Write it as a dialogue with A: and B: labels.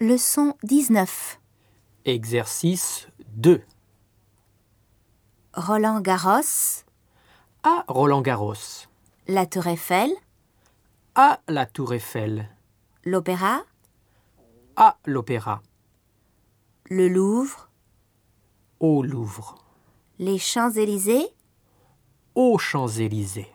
A: Leçon 19.
B: Exercice 2.
A: Roland Garros,
B: À Roland-Garros.
A: la Tour Eiffel,
B: À la Tour Eiffel.
A: l'Opéra,
B: À l'Opéra.
A: le Louvre,
B: Au Louvre.
A: les Champs-Élysées,
B: Aux Champs-Élysées.